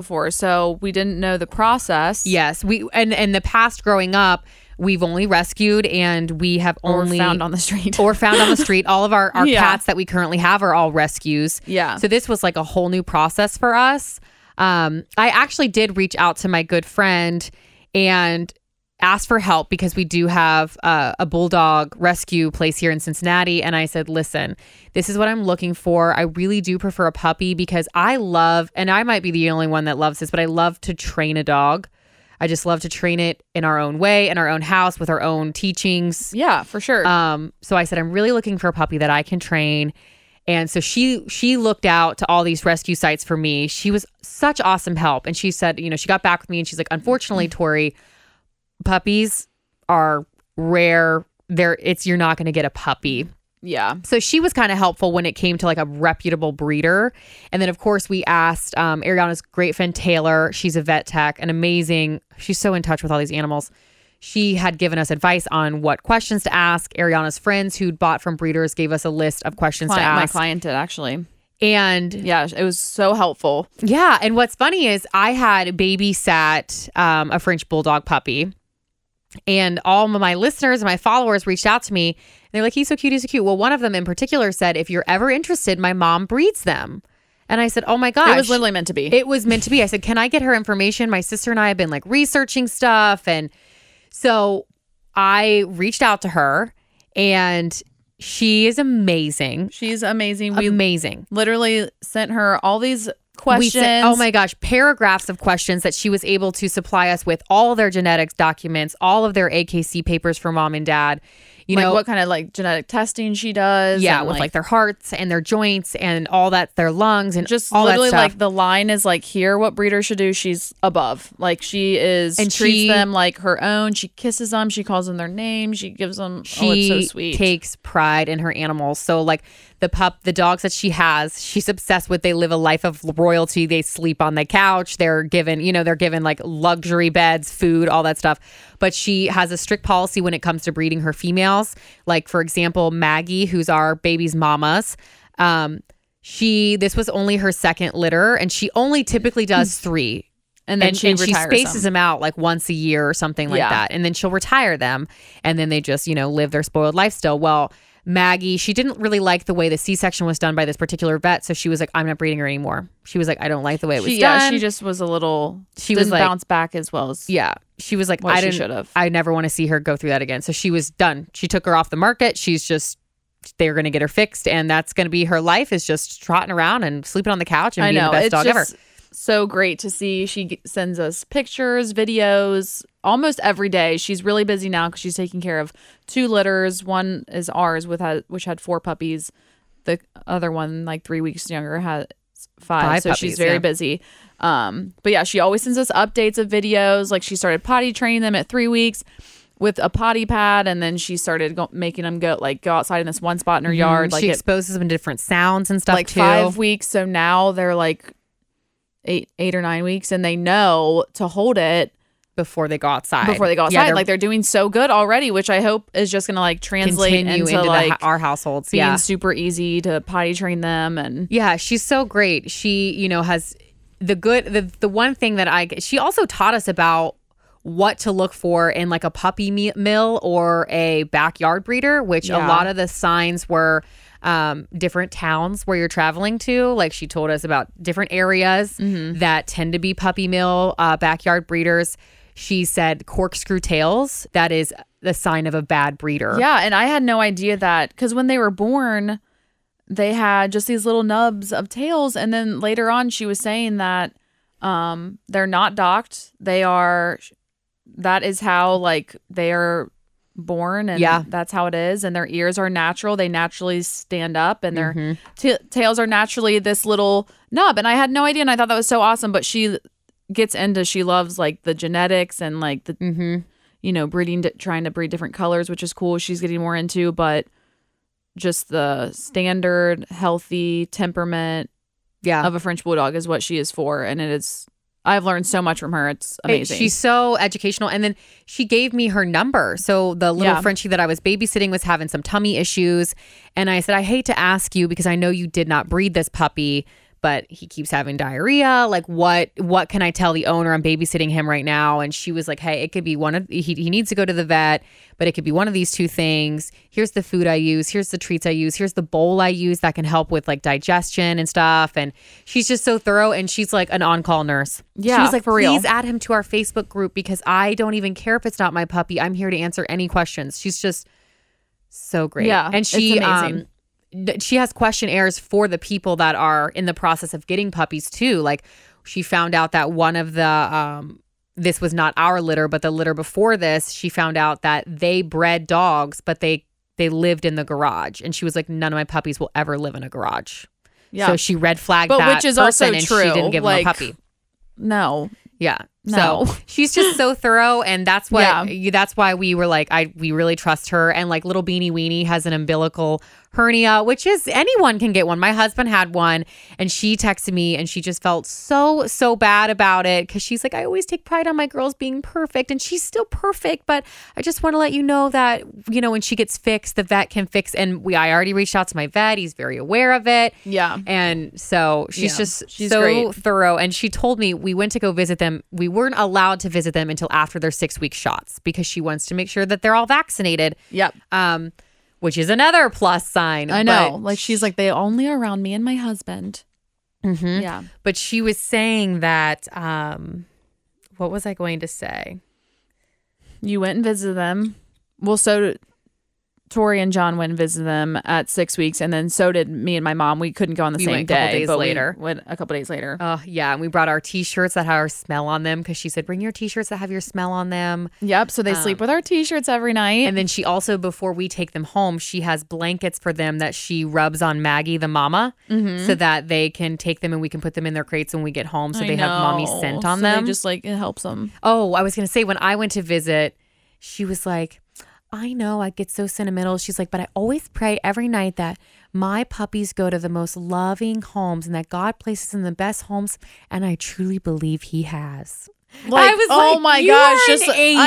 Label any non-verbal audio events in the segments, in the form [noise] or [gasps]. before, so we didn't know the process. Yes, we and in the past growing up, we've only rescued and we have Or only found on the street. or found on the street. All of our, [laughs] our Yeah. cats that we currently have are all rescues. [laughs] Yeah. So this was like a whole new process for us. Um, I actually did reach out to my good friend and asked for help because we do have uh, a bulldog rescue place here in Cincinnati. And I said, listen, this is what I'm looking for. I really do prefer a puppy because I love, and I might be the only one that loves this, but I love to train a dog. I just love to train it in our own way, in our own house, with our own teachings, yeah, for sure. um, so I said, I'm really looking for a puppy that I can train. And so she she looked out to all these rescue sites for me. She was such awesome help. And she said, you know, she got back with me and she's like, unfortunately, Tori, puppies are rare. There it's you're not gonna get a puppy. yeah. So she was kind of helpful when it came to like a reputable breeder. And then, of course, we asked um, Ariana's great friend Taylor. She's a vet tech, an amazing, she's so in touch with all these animals. She had given us advice on what questions to ask. Ariana's friends who'd bought from breeders gave us a list of questions to Client- my ask. client did actually. And Yeah, it was so helpful. yeah, and what's funny is I had babysat um, a French bulldog puppy, and all of my listeners and my followers reached out to me. And they're like, "He's so cute, he's so cute." Well, one of them in particular said, "If you're ever interested, my mom breeds them." And I said, "Oh my gosh!" It was literally meant to be. It was meant to be. I said, "Can I get her information?" My sister and I have been like researching stuff, and so I reached out to her, and she is amazing, She's amazing. We amazing. literally sent her all these Uh, We questions. sent- oh my gosh, paragraphs of questions that she was able to supply us with all their genetics documents, all of their AKC papers for mom and dad. You like know, what kind of like genetic testing she does. yeah, and, with like, their hearts and their joints and all that, their lungs and just all literally that stuff. like the line is like here what breeder should do she's above like she is And and treats she- them like her own she kisses them she calls them their name she gives them she oh it's so sweet takes pride in her animals. So like the pup, the dogs that she has, she's obsessed with. They live a life of royalty. They sleep on the couch. They're given, you know, they're given like luxury beds, food, all that stuff. But she has a strict policy when it comes to breeding her females. Like for example, Maggie, who's our baby's mama's. Um, she this was only her second litter, and she only [laughs] typically does three and then and, she and retires spaces them. them. out like once a year or something like Yeah. that and then she'll retire them and then they just you know live their spoiled life still well maggie she didn't really like the way the c-section was done by this particular vet so she was like i'm not breeding her anymore she was like i don't like the way it was she, done yeah she just was a little She she was didn't like- bounce back as well as yeah she was like What i she didn't should've. i never want to see her go through that again so she was done she took her off the market she's just they're going to get her fixed and that's going to be her life is just trotting around and sleeping on the couch and i being know the best it's dog just ever so great to see she g- sends us pictures videos almost every day she's really busy now because she's taking care of two litters one is ours with ha- which had four puppies the other one like three weeks younger has five, Five so she's puppies, very yeah. busy um but yeah she always sends us updates of videos like she started potty training them at three weeks with a potty pad and then she started go- making them go like go outside in this one spot in her yard like Mm-hmm. she it exposes them to different sounds and stuff like too five weeks. So now they're like eight, eight or nine weeks, and they know to hold it before they go outside before they go Yeah, outside. they're like they're doing so good already, which I hope is just gonna like translate continue into, into, the like ho- our households. being Yeah. super easy to potty train them and Yeah, she's so great. She, you know, has the good the the one thing that I she also taught us about what to look for in like a puppy me- mill or a backyard breeder, which a Yeah. lot of the signs were um, different towns where you're traveling to. Like she told us about different areas that tend to be puppy mill uh, backyard breeders. She said corkscrew tails. That is the sign of a bad breeder. yeah. And I had no idea that because when they were born, they had just these little nubs of tails, and then later on, she was saying that um they're not docked. They are. That is how like they are born and Yeah. that's how it is and their ears are natural they naturally stand up and their ta- tails are naturally this little nub and i had no idea and i thought that was so awesome but she gets into she loves like the genetics and like the Mm-hmm. you know breeding di- trying to breed different colors which is cool she's getting more into but just the standard healthy temperament yeah. of a french bulldog is what she is for and it is i've learned so much from her it's It- amazing She's so educational. And then she gave me her number. So the little Yeah. Frenchie that I was babysitting was having some tummy issues. And I said, I hate to ask you because I know you did not breed this puppy, but he keeps having diarrhea. Like what what can I tell the owner? I'm babysitting him right now. And she was like, Hey, it could be one of he, he needs to go to the vet, but it could be one of these two things. Here's the food I use, here's the treats I use, here's the bowl I use that can help with like digestion and stuff. And she's just so thorough and she's like an on-call nurse. She Yeah, was like, for real. please add him to our Facebook group because I don't even care if it's not my puppy. I'm here to answer any questions. She's just so great. Yeah, and it's she amazing. um, th- she has questionnaires for the people that are in the process of getting puppies too. Like she found out that one of the um, this was not our litter, but the litter before this, she found out that they bred dogs, but they they lived in the garage, and she was like, none of my puppies will ever live in a garage. Yeah. So she red flagged But that which is person, also and true, She didn't give like- him a puppy. no. Yeah. No. So she's just so thorough, and that's what Yeah. you that's why we were like, I we really trust her. And like little Beanie Weenie has an umbilical hernia, which is anyone can get one. My husband had one, and she texted me, and she just felt so so bad about it because she's like, I always take pride on my girls being perfect, and she's still perfect, but I just want to let you know that you know when she gets fixed, the vet can fix. And we I already reached out to my vet; he's very aware of it. Yeah. And so she's Yeah, just she's so great. thorough. And she told me we went to go visit them. We weren't allowed to visit them until after their six week shots because she wants to make sure that they're all vaccinated. Yep. Um, which is another plus sign. I know. But, like she's like they only are around me and my husband. Mhm. Yeah. but she was saying that. Um, what was I going to say? You went and visited them. Well, so did- Tori and John went and visited them at six weeks, and then so did me and my mom. We couldn't go on the We same went a day, couple days but we later. went a couple days later. Oh, yeah. And we brought our t shirts that had our smell on them because she said, bring your t shirts that have your smell on them. yep. So they sleep with our t-shirts every night. And then she also, before we take them home, she has blankets for them that she rubs on Maggie, the mama, so that they can take them and we can put them in their crates when we get home. So Mm-hmm. I they have mommy know. scent on So they them. just like it helps them. oh, I was going to say, when I went to visit, she was like, I know I get so sentimental. She's like, but I always pray every night that my puppies go to the most loving homes and that God places them in the best homes. And I truly believe He has. Like, was oh like, my "You gosh, are an just I know,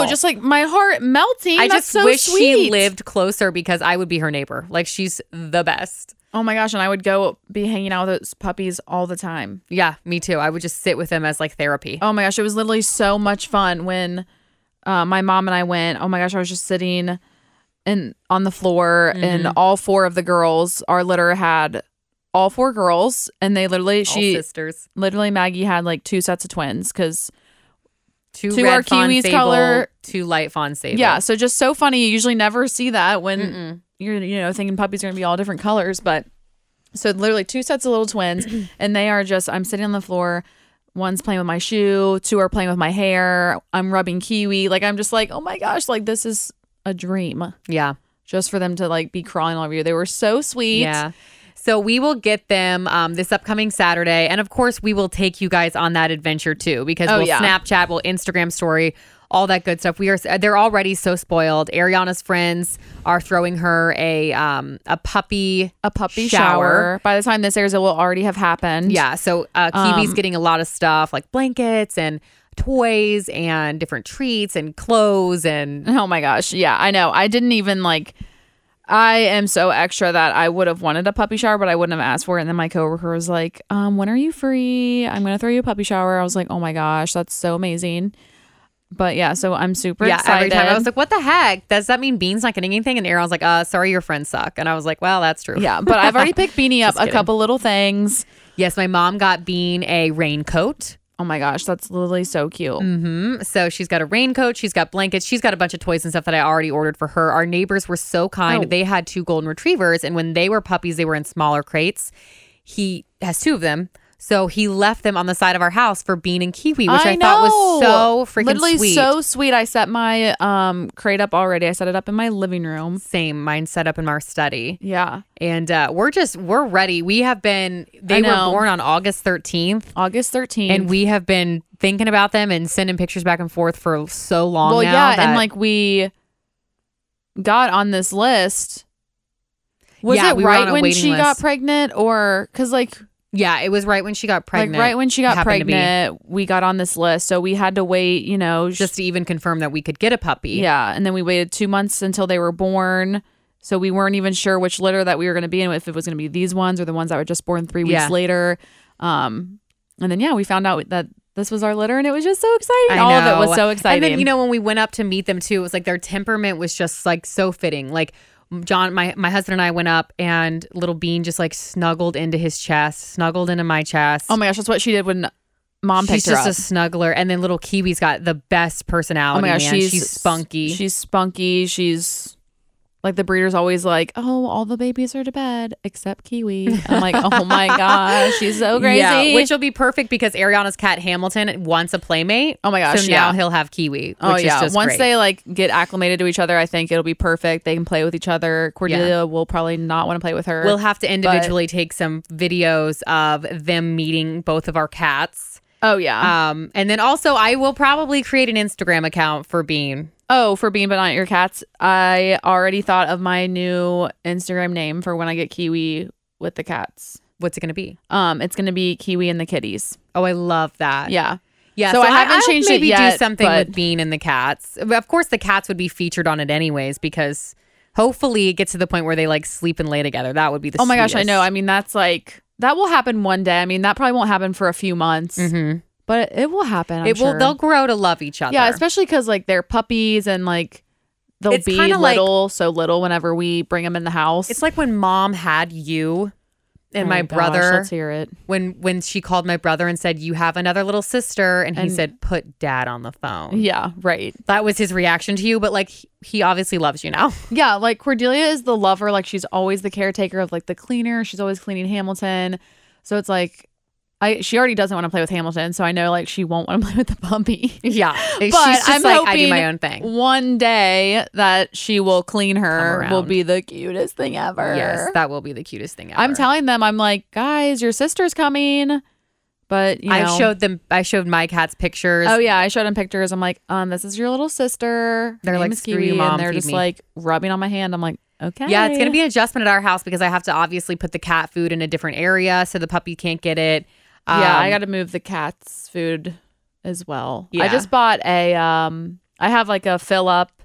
angel." just like my heart melting. I That's just so wish she sweet. lived closer because I would be her neighbor. Like, she's the best. Oh my gosh, and I would go be hanging out with those puppies all the time. Yeah, me too. I would just sit with them as like therapy. Oh my gosh, it was literally so much fun when uh, my mom and I went. Oh my gosh, I was just sitting and on the floor, and Mm-hmm. all four of the girls, our litter had all four girls, and they literally All she sisters, literally Maggie had like two sets of twins because two, two red are fawn Kiwis sable, color. two light fawn sable. yeah, so just so funny. You usually never see that when you're you know thinking puppies are gonna be all different colors, but so literally two sets of little [clears throat] twins, and they are just I'm sitting on the floor. One's playing with my shoe, two are playing with my hair. I'm rubbing kiwi. Like I'm just like, oh my gosh, like this is a dream yeah, just for them to like be crawling all over you. They were so sweet. yeah. So we will get them um, this upcoming Saturday, and of course we will take you guys on that adventure too because Oh, we'll yeah. Snapchat, we'll Instagram story, all that good stuff. We are they're already so spoiled. Ariana's friends are throwing her a um, a puppy A puppy shower. By the time this airs, it will already have happened. Yeah. So uh, Kiwi's Um, getting a lot of stuff like blankets and toys and different treats and clothes [laughs] and Oh my gosh. Yeah, I know. I didn't even like I am so extra that I would have wanted a puppy shower, but I wouldn't have asked for it. And then my coworker was like, um, when are you free? I'm gonna throw you a puppy shower. I was like, Oh my gosh, that's so amazing. But yeah, so I'm super yeah. excited. Every time I was like, "What the heck? Does that mean Bean's not getting anything?" And Aaron's like, "Uh, sorry, your friends suck." And I was like, "Well, that's true." yeah, but I've [laughs] already picked Beanie up a couple little things. Yes, my mom got Bean a raincoat. Oh my gosh, that's literally so cute. Mm, So she's got a raincoat, she's got blankets, she's got a bunch of toys and stuff that I already ordered for her. Our neighbors were so kind. Oh. They had two golden retrievers, and when they were puppies, they were in smaller crates. He has two of them. So he left them on the side of our house for Bean and Kiwi, which I, know. thought was so freaking literally sweet. so sweet. I set my um crate up already. I set it up in my living room. Same, mine set up in our study. Yeah. And uh, we're just, we're ready. We have been, they were know. born on August 13th, August 13th. and we have been thinking about them and sending pictures back and forth for so long Well, now. yeah, that- and like we got on this list. Was Yeah, it we were on right a when waiting she got list. pregnant, or because like yeah, it was right when she got pregnant. like right when she got Happened to be. pregnant, we got on this list, so we had to wait. You know, sh- just to even confirm that we could get a puppy. yeah, and then we waited two months until they were born. So we weren't even sure which litter that we were going to be in, if it was going to be these ones or the ones that were just born three weeks Yeah. later. Um, and then yeah, we found out that this was our litter, and it was just so exciting. I All of it know. was so exciting. And then you know when we went up to meet them too, it was like their temperament was just like so fitting. Like John, my my husband and I went up, and little Bean just like snuggled into his chest, snuggled into my chest. oh my gosh, that's what she did when mom she's picked her just up. a snuggler, and then little Kiwi's got the best personality. oh my gosh, man. she's, she's, spunky. She's spunky. She's like the breeder's always like, oh, all the babies are to bed except Kiwi. I'm like, oh [laughs] my gosh, she's so crazy. Yeah, which will be perfect because Ariana's cat Hamilton wants a playmate. oh my gosh, so yeah. now he'll have Kiwi. Which Oh is yeah! just Once great. they like get acclimated to each other, I think it'll be perfect. They can play with each other. Cordelia will probably not want to play with her. We'll have to individually take some videos of them meeting both of our cats. oh yeah. Um, and then also, I will probably create an Instagram account for Bean. oh, for being but not your cats. I already thought of my new Instagram name for when I get Kiwi with the cats. What's it going to be? Um, it's gonna be Kiwi and the kitties. Oh, I love that. Yeah. yeah. So I haven't I'll changed it maybe do yet, something but- with Bean and the cats. But Of course, the cats would be featured on it anyways because hopefully it gets to the point where they like sleep and lay together. That would be the. Oh my gosh, I know. sweetest. I mean, that's like that will happen one day. I mean, that probably won't happen for a few months, Mhm. but it will happen. I'm It will. sure. They'll grow to love each other. Yeah, especially because like they're puppies and like they'll It's be kinda like- little, so little whenever we bring them in the house. It's like when mom had you and Oh my, gosh, brother. Let's hear it. when when she called my brother and said you have another little sister and, he And- said put dad on the phone Yeah, right. that was his reaction to you but like he- he obviously loves you now Yeah, like Cordelia is the lover. Like she's always the caretaker of like the cleaner. She's always cleaning Hamilton. So it's like, I she already doesn't want to play with Hamilton. So I know like she won't want to [laughs] play with the puppy. [laughs] yeah but she's But just I'm like i do hoping- my own thing One day that she will clean her Come will around. be the cutest thing ever. yes that will be the cutest thing ever. I'm telling them, I'm like, guys, your sister's coming. But you know, i showed them i showed my cats pictures Oh yeah, I showed him pictures. I'm like, um, this is your little sister. Her They're name like, is "Screw you, Mom, and they're feed just me." like rubbing on my hand. I'm like, okay, yeah it's gonna be an adjustment at our house because i have to obviously put the cat food in a different area so the puppy can't get it yeah, Uh, I Um, got to move the cat's food as well. I Yeah. just bought a um, I have like a fill up,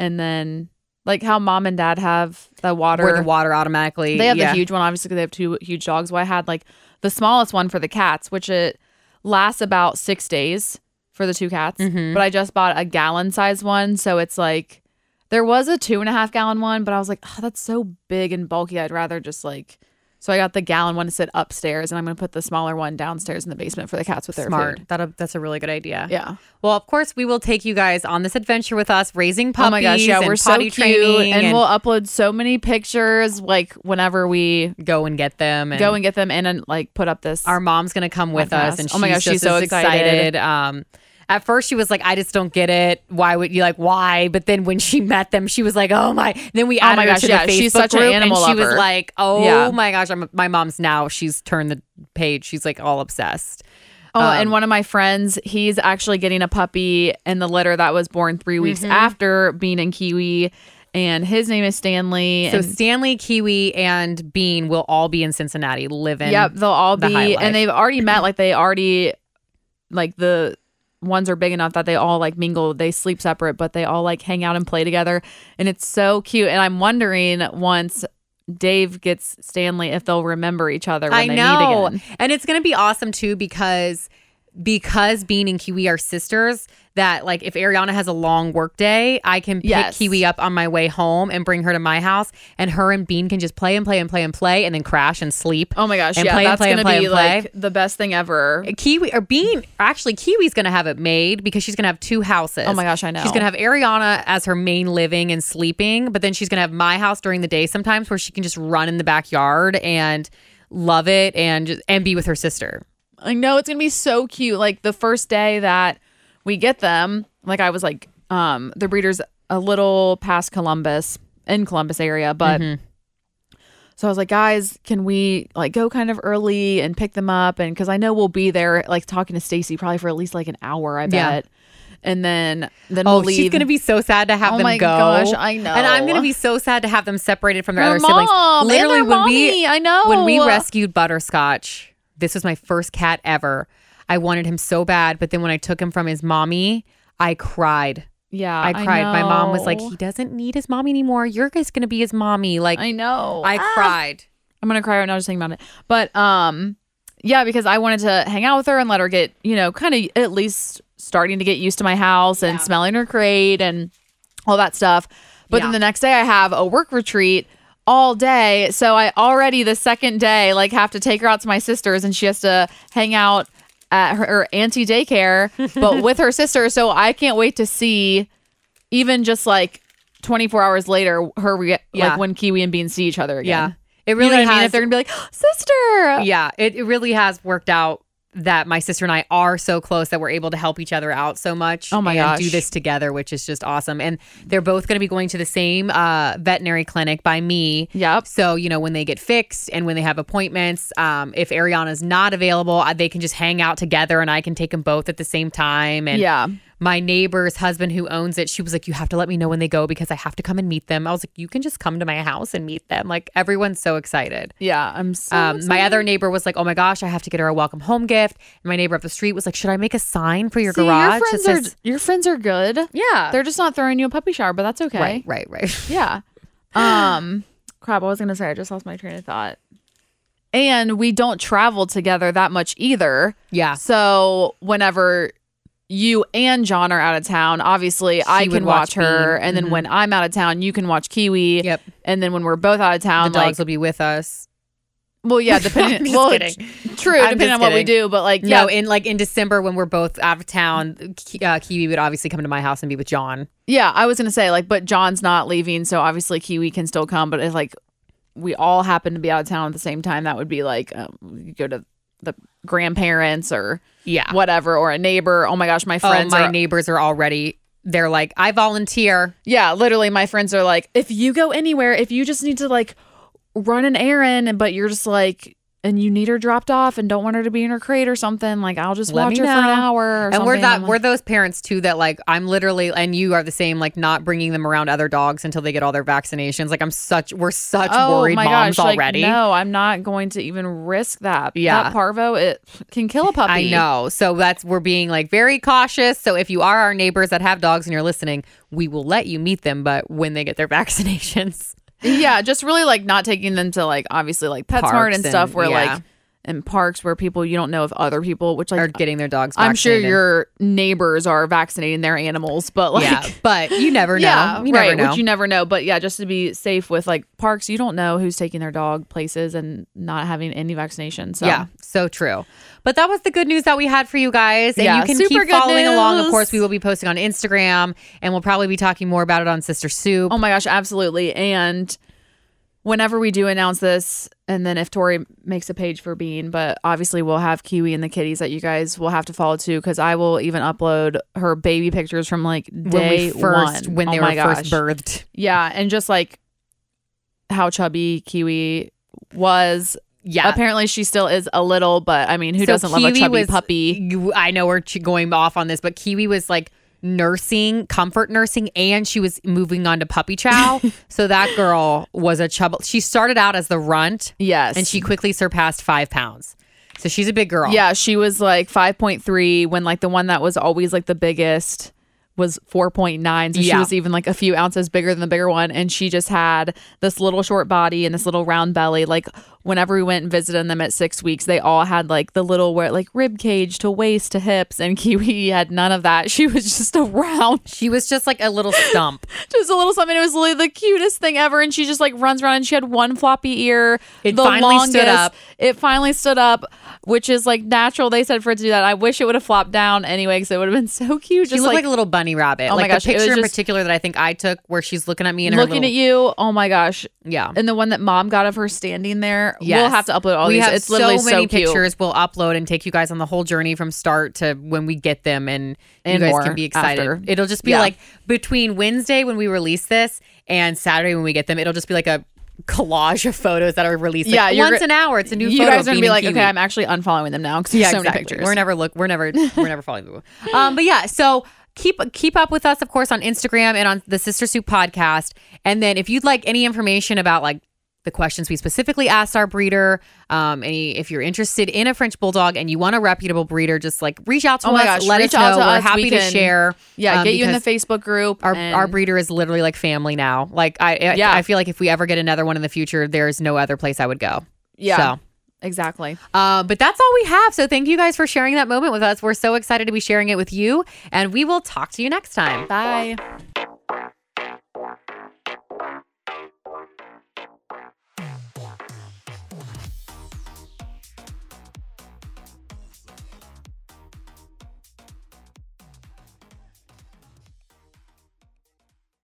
and then like how mom and dad have the water. where the water automatically they have yeah. the huge one, obviously. 'cause They have two huge dogs. Well, I had like the smallest one for the cats, which it lasts about six days for the two cats. Mhm. but I just bought a gallon size one. So it's like there was a two and a half gallon one, but I was like, oh, that's so big and bulky. I'd rather just like. So I got the gallon one to sit upstairs, and I'm gonna put the smaller one downstairs in the basement for the cats with their smart food. that uh, that's a really good idea Yeah. Well, of course, we will take you guys on this adventure with us, raising puppies. Oh my gosh. Yeah, and we're so potty cute, training and, we'll upload so many pictures. Like whenever we go and get them. And go and get them in and like put up this. our mom's gonna come with My us, gosh. and she's Oh my gosh, just she's so as excited. Um, at first, she was like, "I just don't get it. Why would you like why?" But then when she met them, she was like, "Oh my!" Then we Oh added my her to gosh, yeah, the Facebook she's such an group, animal and she lover. was like, "Oh Yeah. my gosh!" I'm, my mom's now she's turned the page. She's like all obsessed. Oh, and one of my friends, he's actually getting a puppy in the litter that was born three weeks after Bean and Kiwi, and his name is Stanley. So and Stanley, Kiwi, and Bean will all be in Cincinnati living. Yep, they'll all the be, high life. and they've already met. Like they already, like the ones are big enough that they all like mingle. They sleep separate, but they all like hang out and play together, and it's so cute. And I'm wondering once Dave gets Stanley if they'll remember each other when I they know. meet again. And it's gonna be awesome too because because Bean and Kiwi are sisters, that like if Ariana has a long work day, I can pick Yes. Kiwi up on my way home and bring her to my house and her and Bean can just play and play and play and play and then crash and sleep. Oh my gosh! And yeah, play and that's play and gonna play and be play. like the best thing ever. Kiwi or Bean actually Kiwi's gonna have it made because she's gonna have two houses. Oh my gosh, I know. She's gonna have Ariana as her main living and sleeping, but then she's gonna have my house during the day sometimes where she can just run in the backyard and love it and just, and be with her sister. I know it's gonna be so cute. Like the first day that we get them, like I was like, um, the breeder's a little past Columbus in Columbus area, but Mm-hmm. so I was like, guys, can we like go kind of early and pick them up? And because I know we'll be there, like talking to Stacy probably for at least like an hour, I Yeah. bet. And then then Oh, we'll leave. she's gonna be so sad to have Oh them my go. gosh, I know. And I'm gonna be so sad to have them separated from their Her other mom and siblings. Literally, their when mommy, oh. we I know. when we rescued Butterscotch, this was my first cat ever. I wanted him so bad, but then when I took him from his mommy, I cried. Yeah, I cried. My mom was like, know. he doesn't need his mommy anymore. You're just going to be his mommy. Like, I, I know. Ah. cried. I'm gonna cry right now just thinking about it. But um, yeah, because I wanted to hang out with her and let her get you know kind of at least starting to get used to my house and smelling her crate and all that stuff. But Yeah. then the next day I have a work retreat all day, so I already the second day like have to take her out to my sister's and she has to hang out at her, her auntie daycare, [laughs] but with her sister. So I can't wait to see even just like 24 hours later her re- Yeah. like when Kiwi and Bean see each other again. Yeah. You It know really what I mean? has. If they're gonna be like, "Oh, sister. yeah, it, it really has worked out that my sister and I are so close that we're able to help each other out so much. Oh my and do gosh. this together, which is just awesome. And they're both going to be going to the same uh, veterinary clinic by me. Yep. So you know when they get fixed and when they have appointments, um, if Ariana's not available, I- they can just hang out together, and I can take them both at the same time. And Yeah. my neighbor's husband who owns it, she was like, "You have to let me know when they go because I have to come and meet them." I was like, "You can just come to my house and meet them." Like everyone's so excited. Yeah. I'm so Um, my excited. other neighbor was like, "Oh my gosh, I have to get her a welcome home gift." And my neighbor up the street was like, "Should I make a sign for your See, garage?" that Your friends, says- are, your friends are good. yeah, They're just not throwing you a puppy shower, but that's okay. right, right, right. [laughs] [gasps] Yeah. Um crap, I was gonna say I just lost my train of thought. And we don't travel together that much either. yeah, So whenever you and John are out of town, obviously I would can watch Mm-hmm. watch, her. Bean. And then when I'm out of town, you can watch Kiwi. yep. And then when we're both out of The town, like dogs will be with us. Well, yeah, [laughs] I'm depending. just well, kidding. t- true, I'm depending just on what we kidding. do. But like, No, yeah, in like in December when we're both out of town, Ki- uh, Kiwi would obviously come to my house and be with John. yeah, I was gonna say like, but John's not leaving, so obviously Kiwi can still come. But if like we all happen to be out of town at the same time, that would be like um, you go to the grandparents or Yeah. whatever, or a neighbor. Oh my gosh, my Ah. Oh, friends my are. neighbors are already. They're like, I volunteer. yeah, literally, my friends are like, if you go anywhere, if you just need to like run an errand, and but you're just like. And you need her dropped off, and don't want her to be in her crate or something. Like I'll just Let watch me her for an know. hour. Or and we're something. that I'm like- we're those parents too that like I'm literally and you are the same like not bringing them around other dogs until they get all their vaccinations. Like I'm such we're such worried moms Oh like, already. no, I'm not going to even risk that. Yeah. That parvo it can kill a puppy. I know. So that's we're being like very cautious. So if you are our neighbors that have dogs and you're listening, we will let you meet them, but when they get their [laughs] vaccinations. Yeah, just really like not taking them to like obviously like PetSmart Parks and, stuff and- where yeah. like and parks where people you don't know if other people which like are getting their dogs I'm sure vaccinated. your neighbors are vaccinating their animals, but like yeah, but you never know. [laughs] Yeah, you right. never know. Which you never know, but yeah, just to be safe with like parks, you don't know who's taking their dog places and not having any vaccination. So Yeah, so true. But that was the good news that we had for you guys. And Yeah, you can super keep good following along. Of news. course, we will be posting on Instagram and we'll probably be talking more about it on Sister Soup. Oh my gosh, absolutely. And whenever we do announce this, and then if Tori makes a page for Bean, but obviously we'll have Kiwi and the kitties that you guys will have to follow too, because I will even upload her baby pictures from like day when we first one. when they Oh were my gosh. first birthed. Yeah, and just like how chubby Kiwi was. Yeah. Apparently she still is a little, but I mean, who So doesn't love Kiwi a chubby was- puppy? You- I know we're ch- going off on this, but Kiwi was like nursing, comfort nursing, and she was moving on to [laughs] puppy chow. so that girl was a chub. She started out as the runt Yes. and she quickly surpassed five pounds. So she's a big girl. Yeah, she was like 5.3 when like the one that was always like the biggest was 4.9. So Yeah. she was even like a few ounces bigger than the bigger one. And she just had this little short body and this little round belly. Like whenever we went and visited them at six weeks, they all had like the little where like rib cage to waist to hips. And [laughs] Kiwi had none of that. She was just a round, She was just like a little stump. just a little something. It was literally the cutest thing ever. And she just like runs around and she had one floppy ear. It the finally longest. stood up. It finally stood up, which is like natural. They said for it to do that. I wish it would have flopped down anyway because it would have been so cute. She Just looked like, like, a little bunny rabbit. Oh my like gosh, the it was picture in just- particular that I think I took where she's looking at me and looking at her you. Oh my gosh. little, yeah. And the one that mom got of her standing there. We'll Yes. have to upload all we these. have it's literally so many cute. pictures we'll upload and take you guys on the whole journey from start to when we get them and, And you guys more can be excited. after. It'll just be Yeah. like between Wednesday when we release this and Saturday when we get them, it'll just be like a collage of photos that are released like, Yeah, you're once go- an hour. It's a new You photo. guys of are gonna Bean be and like, Kiwi. okay, I'm actually unfollowing them now because there's Yeah, so exactly. many pictures. We're never look. We're never. We're never following people. Um, but yeah, so keep keep up with us, of course, on Instagram and on the Sister Soup podcast. And then if you'd like any information about like the questions we specifically asked our breeder. Um, any if you're interested in a French bulldog and you want a reputable breeder, just like reach out to Oh my us. gosh, let reach us out know. to We're us. happy We to can- share. Yeah, um, get you in the because Facebook group. Our, and- our breeder is literally like family now. Like I, I Yeah. I feel like if we ever get another one in the future, there is no other place I would go. yeah, So. exactly. Uh, but that's all we have. So thank you guys for sharing that moment with us. We're so excited to be sharing it with you, and we will talk to you next time. Bye.